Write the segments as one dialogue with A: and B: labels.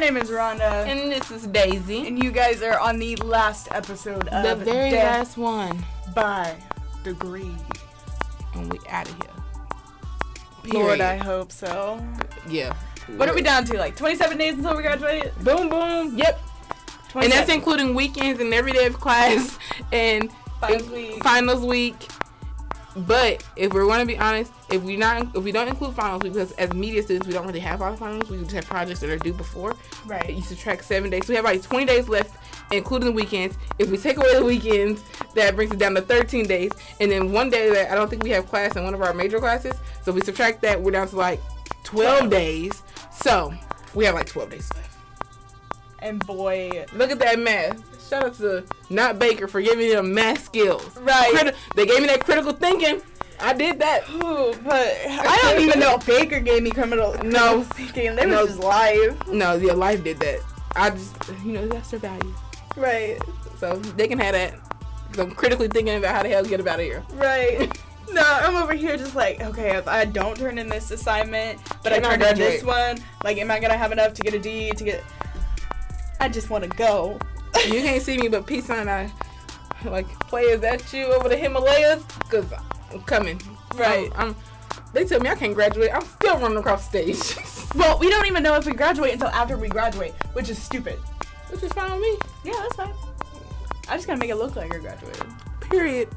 A: name is Rhonda, and,
B: And this is Daisy.
A: you guys are on the last episode of
B: The very
A: Death
B: last one.
A: by Degree.
B: And we out of here.
A: Lord,
B: Period.
A: I hope so.
B: Yeah.
A: What are we down to? Like 27 days until we graduate?
B: Boom, boom. Yep. And that's including weekends and every day of class and
A: Finals week.
B: finals week. But if we're going to be honest, if we not if we don't include finals week, because as media students we don't really have our finals, we just have projects that are due before.
A: Right.
B: You subtract seven days, so we have like 20 days left, including the weekends. If we take away the weekends, that brings it down to 13 days, and then one day that I don't think we have class in one of our major classes, so if we subtract that, we're down to like 12 days. So we have like 12 days left.
A: And boy,
B: Look at that math. Shout out to Not Baker for giving them math skills.
A: Right.
B: Criti- they gave me that critical thinking. I did that.
A: Ooh, but I don't even know if Baker gave me criminal.
B: No.
A: criminal thinking. They
B: No.
A: was just live.
B: No, your life did that. I just, you know, that's their value.
A: Right,
B: So they can have that. 'Cause I'm critically thinking about how the hell to get up out of here.
A: right. No, I'm over here just like, okay, if I don't turn in this assignment, but I
B: Can I
A: turn in this
B: graduate?
A: one, like, am I gonna have enough to get a D to get? I just want to go.
B: You can't see me, but peace sign I. Like, play, is that you over the Himalayas? Because I'm coming.
A: Right.
B: I'm, I'm- they tell me I can't graduate. I'm still running across stage.
A: Well, we don't even know if we graduate until after we graduate, which is stupid.
B: Which is fine with me.
A: Yeah, that's fine. I just gotta make it look like I graduated.
B: Period.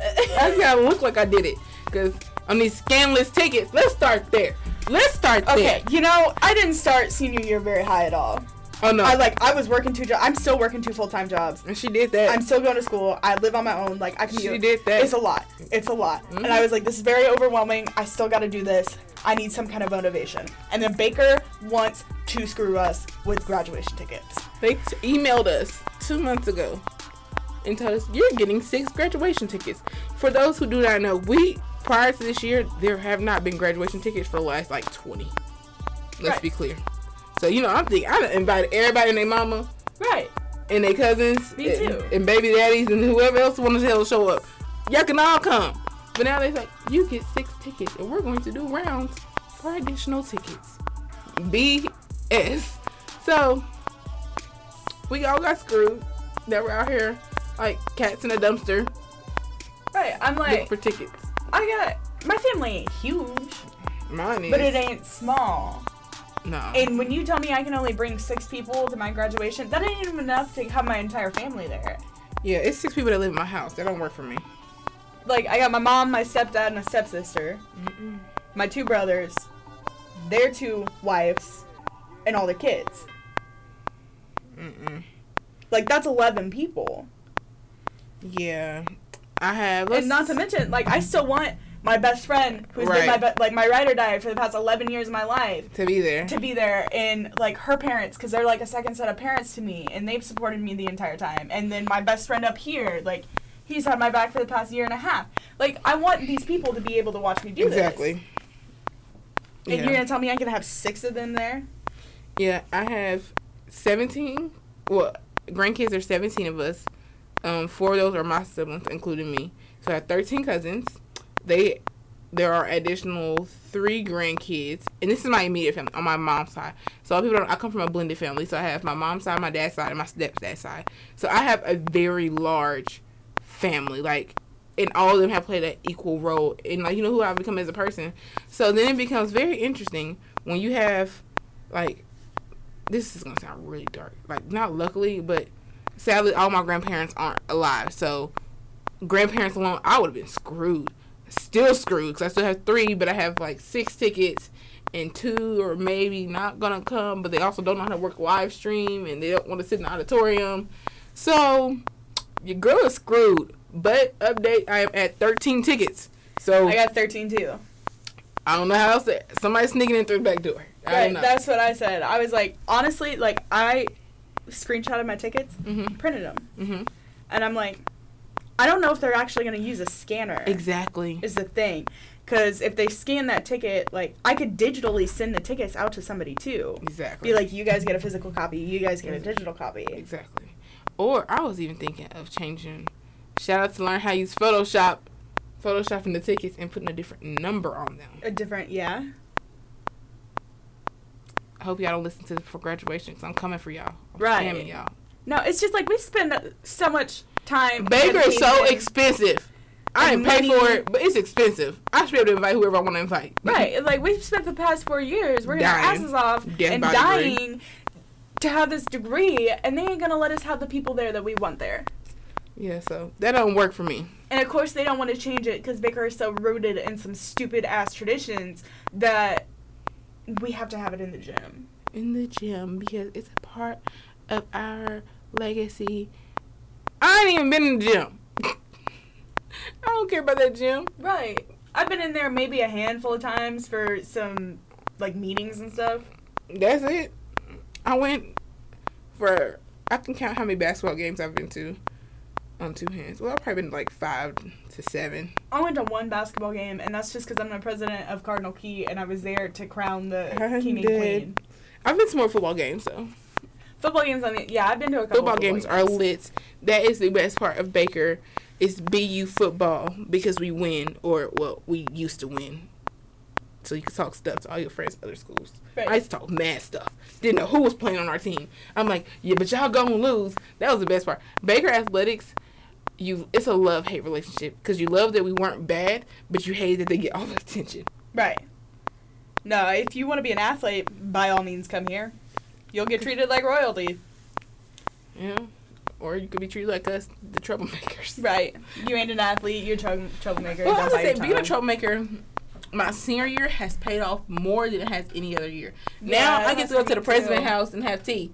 B: I just gotta look like I did it. Cause on these scamless tickets, let's start there. Let's start there.
A: Okay, you know, I didn't start senior year very high at all.
B: Oh no.
A: I like I was working two jobs. I'm still working two full time jobs.
B: and she did that.
A: I'm still going to school. I live on my own. Like I can.
B: She
A: do-
B: did that. Mm-hmm.
A: It's a lot. It's a lot. And I was like, this is very overwhelming. I still got to do this. I need some kind of motivation. And then Baker wants to screw us with graduation tickets.
B: they t- emailed us two months ago and told us you're getting six graduation tickets. For those who do not know, we prior to this year there have not been graduation tickets for the last like 20. Let's
A: Right.
B: be clear. So you know I'm thinking I done invited everybody and their mama
A: Right.
B: and their cousins
A: Me
B: and,
A: too.
B: and baby daddies and whoever else wants to hell show up. Y'all can all come. But now they like, you get six tickets and we're going to do rounds for additional tickets. BS. So we all got screwed that were out here like cats in a dumpster
A: Right. I'm
B: looking
A: like,
B: for tickets.
A: I got my family ain't huge,
B: Mine is
A: but it ain't small.
B: no.
A: And when you tell me I can only bring six people to my graduation, that ain't even enough to have my entire family there.
B: yeah, it's six people that live in my house. That don't work for me.
A: Like I got my mom, my stepdad, and my stepsister. my two brothers, their two wives, and all their kids.
B: Mm-mm.
A: Like that's eleven people.
B: Yeah, I have.
A: and not to mention, like I still want my best friend, who's been my
B: Right.
A: be- like my ride or die for the past eleven years of my life,
B: to be there.
A: to be there, and like her parents, because they're like a second set of parents to me, and they've supported me the entire time. And then my best friend up here, like he's had my back for the past year and a half. Like I want these people to be able to watch me do this.
B: exactly.
A: And you're gonna tell me I can have six of them there?
B: Yeah, I have 17. Well, grandkids are 17 of us. Um, four of those are my siblings, including me. So I have 13 cousins. They there are additional three grandkids, and this is my immediate family on my mom's side. So people don't. I come from a blended family, so I have my mom's side, my dad's side, and my stepdad's side. So I have a very large family, like, and all of them have played an equal role in like you know who I've become as a person. So then it becomes very interesting when you have like this is gonna sound really dark. Like not luckily, but sadly all my grandparents aren't alive. So grandparents alone, I would have been screwed. Still screwed because I still have three, but I have like six tickets and two or maybe not gonna come. But they also don't know how to work live stream and they don't want to sit in the auditorium. So your girl is screwed. But update, I am at 13 tickets. So
A: I got thirteen too.
B: I don't know how else. To, somebody's sneaking in through the back door. I
A: Right,
B: don't know.
A: that's what I said. I was like, honestly, like I screenshotted my tickets,
B: Mhm.
A: printed them,
B: hmm
A: and I'm like, I don't know if they're actually gonna use a scanner.
B: Exactly.
A: Is the thing, because if they scan that ticket, like I could digitally send the tickets out to somebody too.
B: Exactly.
A: Be like, you guys get a physical copy, you guys get a digital copy.
B: Exactly. Or I was even thinking of changing. Shout out to learn how to use Photoshop, photoshopping the tickets and putting a different number on them.
A: A different, yeah.
B: hope y'all don't listen to this for graduation because I'm coming for y'all. I'm
A: Right.
B: scamming y'all.
A: No, it's just like we spend so much time.
B: Baker is so
A: dedicated-
B: expensive. I
A: And
B: didn't pay for
A: money.
B: it, but it's expensive. I should be able to invite whoever I want to invite.
A: Right, like we've spent the past four years working our
B: Dying.
A: asses off
B: Death
A: and
B: by degree.
A: dying to have this degree, and they ain't gonna let us have the people there that we want there.
B: yeah, so that don't work for me.
A: And of course, they don't want to change it because Baker is so rooted in some stupid ass traditions that we have to have it in the gym.
B: In the gym because it's a part of our legacy. I ain't even been in the gym. I don't care about that gym.
A: Right. I've been in there maybe a handful of times for some like meetings and stuff.
B: That's it. I went for I can count how many basketball games I've been to on two hands. Well, I've probably been to, like five to seven.
A: I went to one basketball game, and that's just because I'm the president of Cardinal Key, and I was there to crown the
B: I'm
A: king and
B: dead.
A: queen.
B: I've been to more football games though.
A: Football games, I mean, yeah, I've been to a couple
B: football games are lit. That is the best part of Baker is BU football because we win or well we used to win. So you can talk stuff to all your friends at other schools.
A: Right.
B: I used to talk mad stuff. Didn't know who was playing on our team. I'm like, yeah, but y'all gonna lose. That was the best part. Baker athletics, you it's a love hate relationship because you love that we weren't bad, but you hate that they get all the attention.
A: Right. No, if you want to be an athlete, by all means, come here. You'll get treated like royalty.
B: Yeah. Or you could be treated like us, the troublemakers.
A: Right. You ain't an athlete. You're a trou- troublemaker.
B: Well,
A: Don't
B: I would
A: bite
B: say
A: your
B: being a
A: tongue.
B: troublemaker, my senior year has paid off more than it has any other year.
A: Yeah,
B: now I get to go to the
A: me
B: president
A: too.
B: house and have tea.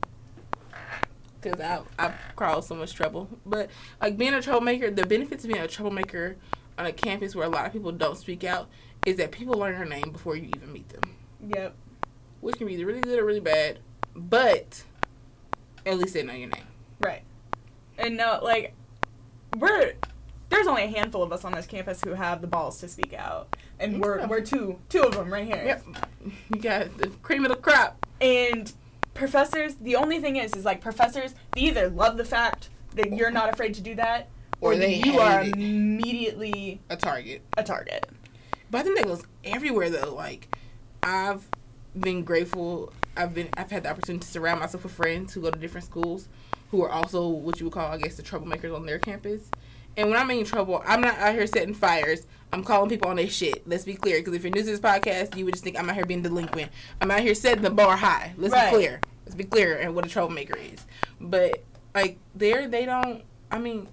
B: Because I've, I've caused so much trouble. But, like, being a troublemaker, the benefits of being a troublemaker on a campus where a lot of people don't speak out is that people learn your name before you even meet them.
A: Yep.
B: Which can be either really good or really bad. But, at least they know your name.
A: Right. And no, like, we're there's only a handful of us on this campus who have the balls to speak out, and we're
B: Yeah.
A: we're two two of them right here.
B: Yep. You got the cream of the crop.
A: And professors, the only thing is, is like professors, they either love the fact that you're not afraid to do that,
B: Or they
A: you are
B: hate it.
A: immediately
B: A target.
A: a target.
B: But I think that goes everywhere though. Like I've been grateful. I've been I've had the opportunity to surround myself with friends who go to different schools who are also what you would call I guess the troublemakers on their campus. And when I'm in trouble, I'm not out here setting fires. I'm calling people on their shit. Let's be clear, because if you're new to this podcast, you would just think I'm out here being delinquent. I'm out here setting the bar high. Let's
A: Right.
B: be clear. Let's be clear and what a troublemaker is. But like there, they don't. I mean,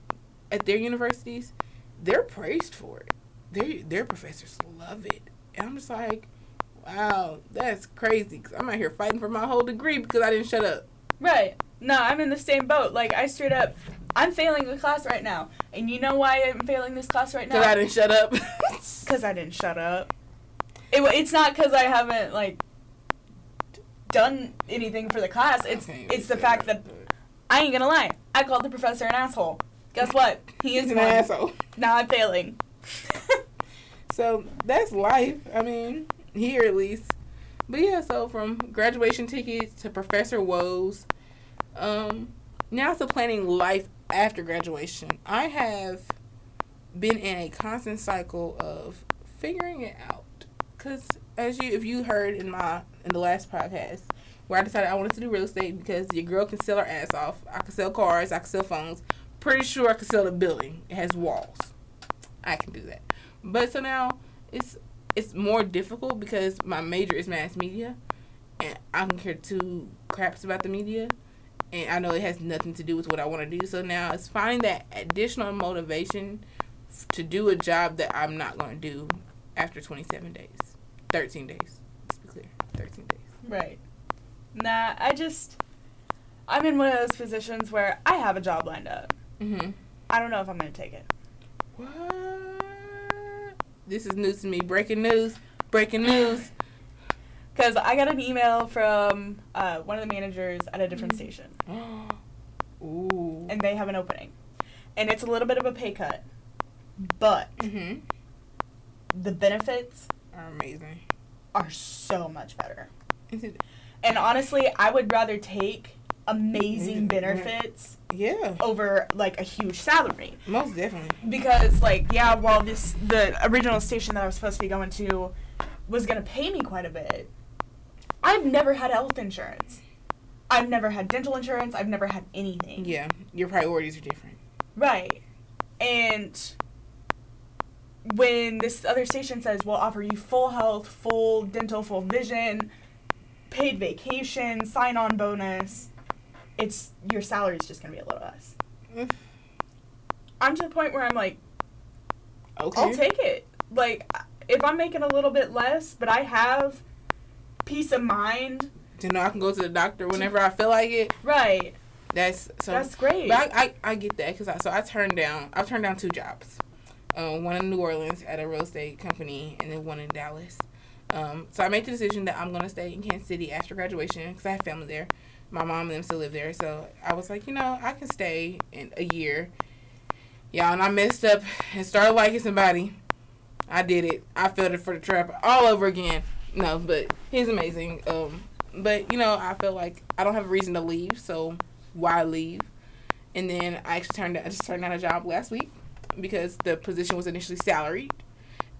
B: at their universities, they're praised for it. Their their professors love it, and I'm just like, wow, that's crazy. Cause I'm out here fighting for my whole degree because I didn't shut up.
A: Right. No, I'm in the same boat. Like I straight up, I'm failing the class right now, and you know why I'm failing this class right
B: Because I
A: now?
B: didn't shut up.
A: Because I, didn't shut up. It, wa- it's not because I haven't like d- done anything for the class. It's it's the fact that I ain't gonna lie. I called the professor an asshole. Guess what? He is
B: he's an
A: one.
B: asshole.
A: Now I'm failing.
B: So that's life. I mean, here at least. But yeah, so from graduation tickets to professor woes, um, now to planning life after graduation. I have been in a constant cycle of figuring it out. Cause as you, if you heard in my in the last podcast, where I decided I wanted to do real estate because your girl can sell her ass off. I can sell cars. I can sell phones. Pretty sure I can sell the building. It has walls. I can do that. But so now it's it's more difficult because my major is mass media, and I don't care two craps about the media, and I know it has nothing to do with what I want to do. So now it's finding that additional motivation f- to do a job that I'm not going to do after 27 days, 13 days. Let's be clear, 13 days.
A: Right. Nah, I just I'm in one of those positions where I have a job lined up.
B: Mm-hmm.
A: I don't know if I'm gonna take it.
B: What? This is news to me. Breaking news. Breaking news.
A: Because I got an email from uh, one of the managers at a different
B: Mm-hmm.
A: station,
B: Ooh.
A: and they have an opening. And it's a little bit of a pay cut, but
B: hmm
A: the benefits
B: are amazing.
A: are so much better.
B: Is it-
A: And honestly, I would rather take amazing
B: Amazing, right.
A: benefits
B: Yeah,
A: over like a huge salary.
B: most definitely.
A: because like yeah while this the original station that i was supposed to be going to was going to pay me quite a bit I've never had health insurance. I've never had dental insurance. I've never had anything.
B: Yeah, your priorities are different.
A: Right. And when this other station says we'll offer you full health, full dental, full vision, paid vacation, sign on bonus, it's your salary's just gonna be a little less.
B: Mm.
A: I'm to the point where I'm like,
B: Okay.
A: I'll take it. Like if I'm making a little bit less, but I have peace of mind,
B: You know, I can go to the doctor whenever I feel like it.
A: right?
B: That's so.
A: That's great.
B: But I, I, I get that because I, so I turned down I've turned down two jobs, um, one in New Orleans at a real estate company and then one in Dallas. Um, so I made the decision that I'm gonna stay in Kansas City after graduation because I have family there. My mom and them still live there, so I was like, you know, I can stay in a year. Y'all, and I messed up and started liking somebody. I did it. I felt it for the trap all over again. No, but he's amazing. Um, but you know, I feel like I don't have a reason to leave, so why leave? And then I actually turned I just turned down a job last week because the position was initially salaried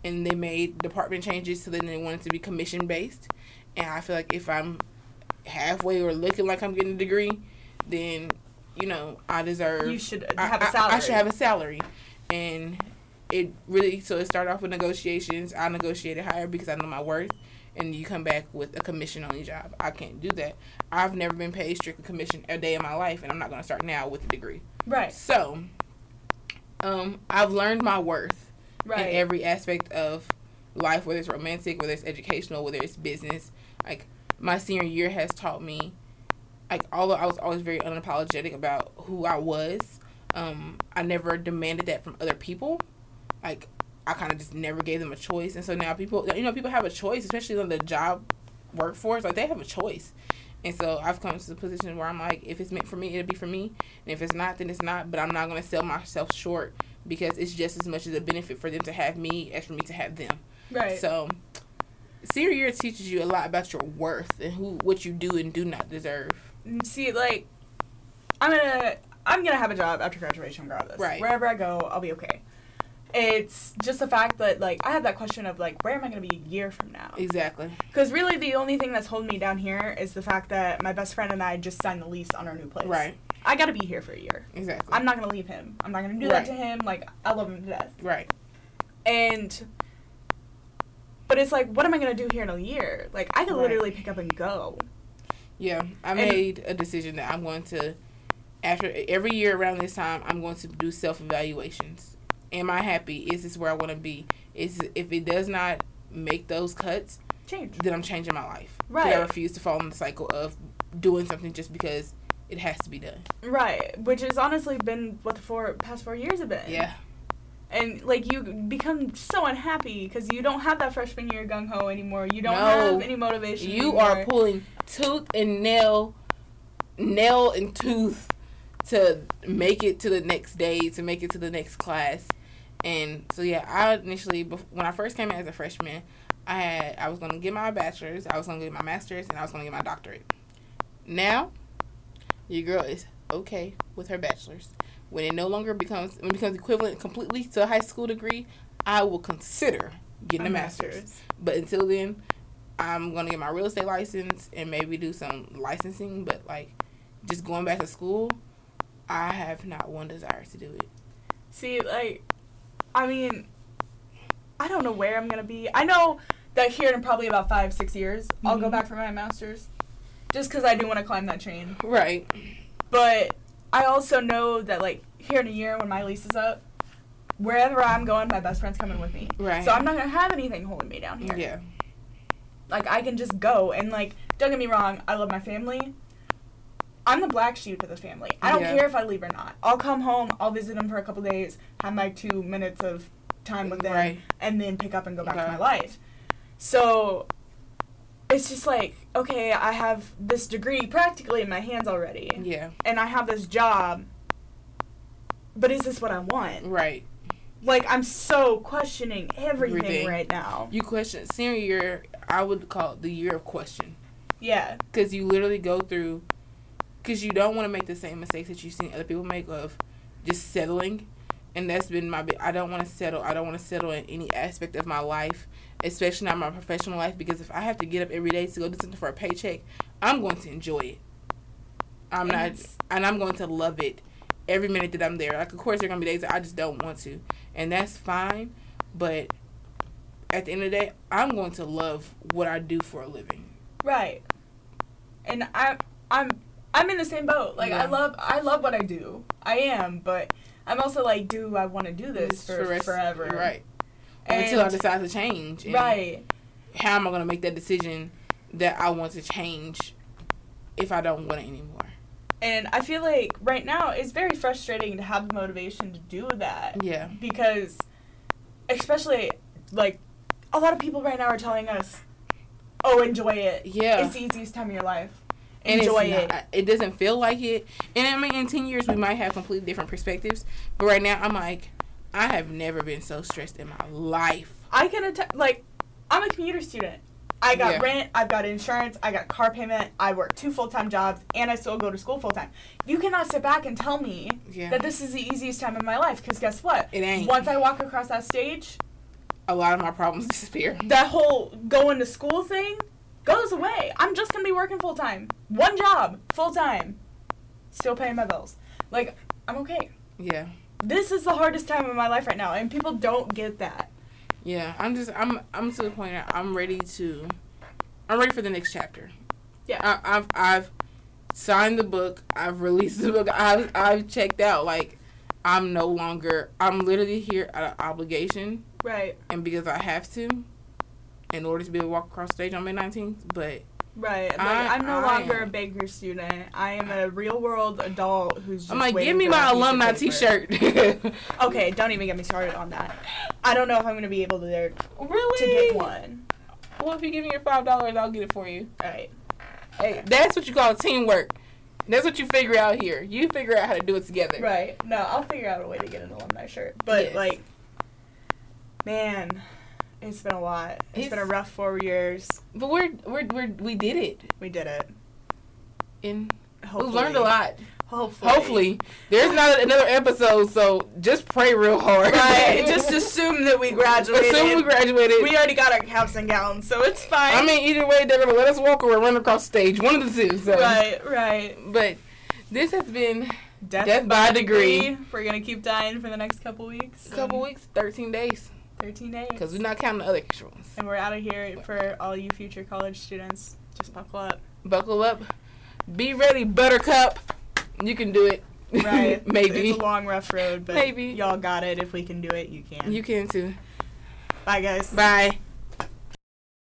B: and they made department changes so then they wanted to be commission based. And I feel like if I'm halfway or looking like I'm getting a degree, then you know, I deserve
A: You should
B: I-
A: have
B: I-
A: a salary.
B: I, should have a salary. And it really so it started off with negotiations. I negotiated higher because I know my worth. And you come back with a commission only job. I can't do that. I've never been paid strictly commission a day in my life, and I'm not gonna start now with a degree.
A: right,
B: So, um, I've learned my worth
A: right.
B: in every aspect of life, whether it's romantic, whether it's educational, whether it's business. Like my senior year has taught me, like although I was always very unapologetic about who I was, um, I never demanded that from other people. Like I kind of just never gave them a choice, and so now people, you know, people have a choice, especially on the job workforce. Like they have a choice. And so I've come to the position where I'm like, if it's meant for me, it'll be for me. And if it's not, then it's not. But I'm not going to sell myself short because it's just as much as a benefit for them to have me as for me to have them.
A: right.
B: So, senior year teaches you a lot about your worth and who what you do and do not deserve.
A: see like i'm gonna i'm gonna have a job after graduation regardless
B: Right.
A: wherever i go i'll be okay it's just the fact that like i have that question of like where am i gonna be a year from now
B: Exactly.
A: because really the only thing that's holding me down here is the fact that my best friend and i just signed the lease on our new place
B: Right.
A: i gotta be here for a year
B: Exactly.
A: i'm not gonna leave him i'm not gonna do that
B: Right.
A: to him like i love him to death
B: right.
A: and but it's like what am i gonna do here in a year like i could
B: Right.
A: literally pick up and go
B: Yeah, I
A: And-
B: made a decision that I'm going to after every year around this time I'm going to do self evaluations. Am I happy? Is this where I want to be? Is if it does not make those cuts,
A: change
B: then I'm changing my life.
A: Right.
B: I refuse to fall in the cycle of doing something just because it has to be done.
A: Right, which has honestly been what the four past four years have been.
B: Yeah.
A: and like you become so unhappy because you don't have that freshman year gung ho anymore. You don't
B: No.
A: have any motivation.
B: You
A: anymore.
B: are pulling tooth and nail, nail and tooth to make it to the next day, to make it to the next class. And so yeah, I initially bef- when I first came in as a freshman, I had I was going to get my bachelor's, I was going to get my master's, and I was going to get my doctorate. Now, your girl is okay with her bachelor's. When it no longer becomes when it becomes equivalent completely to a high school degree, I will consider getting a master's. But until then, I'm gonna get my real estate license and maybe do some licensing. But like, just going back to school, I have not one desire to do it.
A: See, like, I mean, I don't know where I'm gonna be. I know that here in probably about five six years, I'll go
B: Mhm.
A: back for my masters, just because I do want to climb that chain.
B: Right.
A: But I also know that like here in a year when my lease is up, wherever I'm going, my best friend's coming with me.
B: Right.
A: So I'm not gonna have anything holding me down here.
B: Yeah.
A: like I can just go and like don't get me wrong, I love my family. I'm the black sheep of the family. I don't
B: Yeah.
A: care if I leave or not. I'll come home, I'll visit them for a couple days, have my two minutes of time with them,
B: Right.
A: and then pick up and go back to
B: Okay.
A: my life. So it's just like, okay, I have this degree practically in my hands already,
B: Yeah.
A: and I have this job, but is this what I want?
B: Right.
A: Like, I'm so questioning everything.
B: Everything.
A: right now.
B: You question senior year. I would call it the year of question
A: Yeah,
B: because you literally go through because you don't want to make the same mistakes that you've seen other people make of just settling and that's been my. bi- I don't want to settle. I don't want to settle in any aspect of my life, especially not my professional life. Because if I have to get up every day to go do something for a paycheck, I'm going to enjoy it. I'm
A: And
B: not,
A: it's-
B: and I'm going to love it every minute that I'm there. Like, of course, there are gonna be days that I just don't want to, and that's fine. But at the end of the day, I'm going to love what I do for a living.
A: Right. And I I'm I'm in the same boat. Like I
B: Yeah.
A: love I love what I do. I am, but I'm also like, do I want to do this for,
B: rest-
A: forever?
B: right?
A: And-
B: Until I decide to change, and
A: Right.
B: How am I gonna make that decision that I want to change if I don't want it anymore?
A: And I feel like right now it's very frustrating to have the motivation to do that
B: Yeah,
A: because especially like a lot of people right now are telling us, "Oh, enjoy it.
B: yeah.
A: It's the easiest time of your life.
B: and
A: Enjoy
B: it's
A: it."
B: not- it doesn't feel like it. And I mean, in ten years we might have completely different perspectives. But right now, I'm like, I have never been so stressed in my life.
A: I can att- like I'm a commuter student. I got
B: Yeah.
A: rent, I've got insurance, I got car payment, I work two full-time jobs and I still go to school full-time. You cannot sit back and tell me
B: Yeah,
A: that this is the easiest time of my life cuz guess what?
B: It ain't.
A: Once I walk across that stage,
B: a lot of my problems disappear.
A: that whole going to school thing goes away. I'm just going to be working full-time. One job, full-time. Still paying my bills. Like I'm okay.
B: Yeah,
A: This is the hardest time of my life right now and people don't get that.
B: yeah. I'm just, I'm, I'm to the point. where I'm ready to, I'm ready for the next chapter.
A: Yeah.
B: I, I've, I've signed the book. I've released the book. I've, I've checked out. Like, I'm no longer. I'm literally here out of obligation
A: Right.
B: and because I have to, in order to be able to walk across stage on May 19th. But
A: Right. Like,
B: I-
A: I, am no
B: I
A: longer
B: am-
A: a Baker student. I am a real world adult who's just.
B: I'm like,
A: waiting
B: give me
A: for
B: my
A: a piece of
B: alumni
A: paper.
B: T-shirt.
A: Okay, don't even get me started on that. I don't know if I'm going to be able to, there, to
B: really?
A: get one.
B: Well, if you give me your five dollars, I'll get it for you.
A: Right.
B: Hey, that's what you call teamwork. That's what you figure out here. You figure out how to do it together.
A: Right. No, I'll figure out a way to get an alumni shirt. But,
B: Yes.
A: like, man, it's been a lot. it's been a
B: It's-
A: rough four years.
B: But we're we're, we're we did it,
A: We did it.
B: and we
A: Hopefully.
B: learned a lot.
A: Hopefully.
B: Hopefully, there's not another episode, so just pray real hard.
A: Right. just assume that we graduated.
B: assume we graduated.
A: We already got our caps and gowns, so it's fine.
B: I mean, either way, they're gonna let us walk or we're running across stage. One of the two. So.
A: right, right.
B: But this has been
A: Death,
B: Death by degree.
A: We're gonna keep dying for the next couple weeks. Um,
B: a couple weeks, 13 days,
A: Thirteen days.
B: because we're not counting the other extra ones.
A: and we're out of here for all you future college students. Just buckle up.
B: Buckle up, be ready, Buttercup. You can do it.
A: Right.
B: Maybe.
A: It's a long, rough road, but
B: Maybe.
A: y'all got it. If we can do it, you can.
B: you can too.
A: Bye, guys.
B: Bye.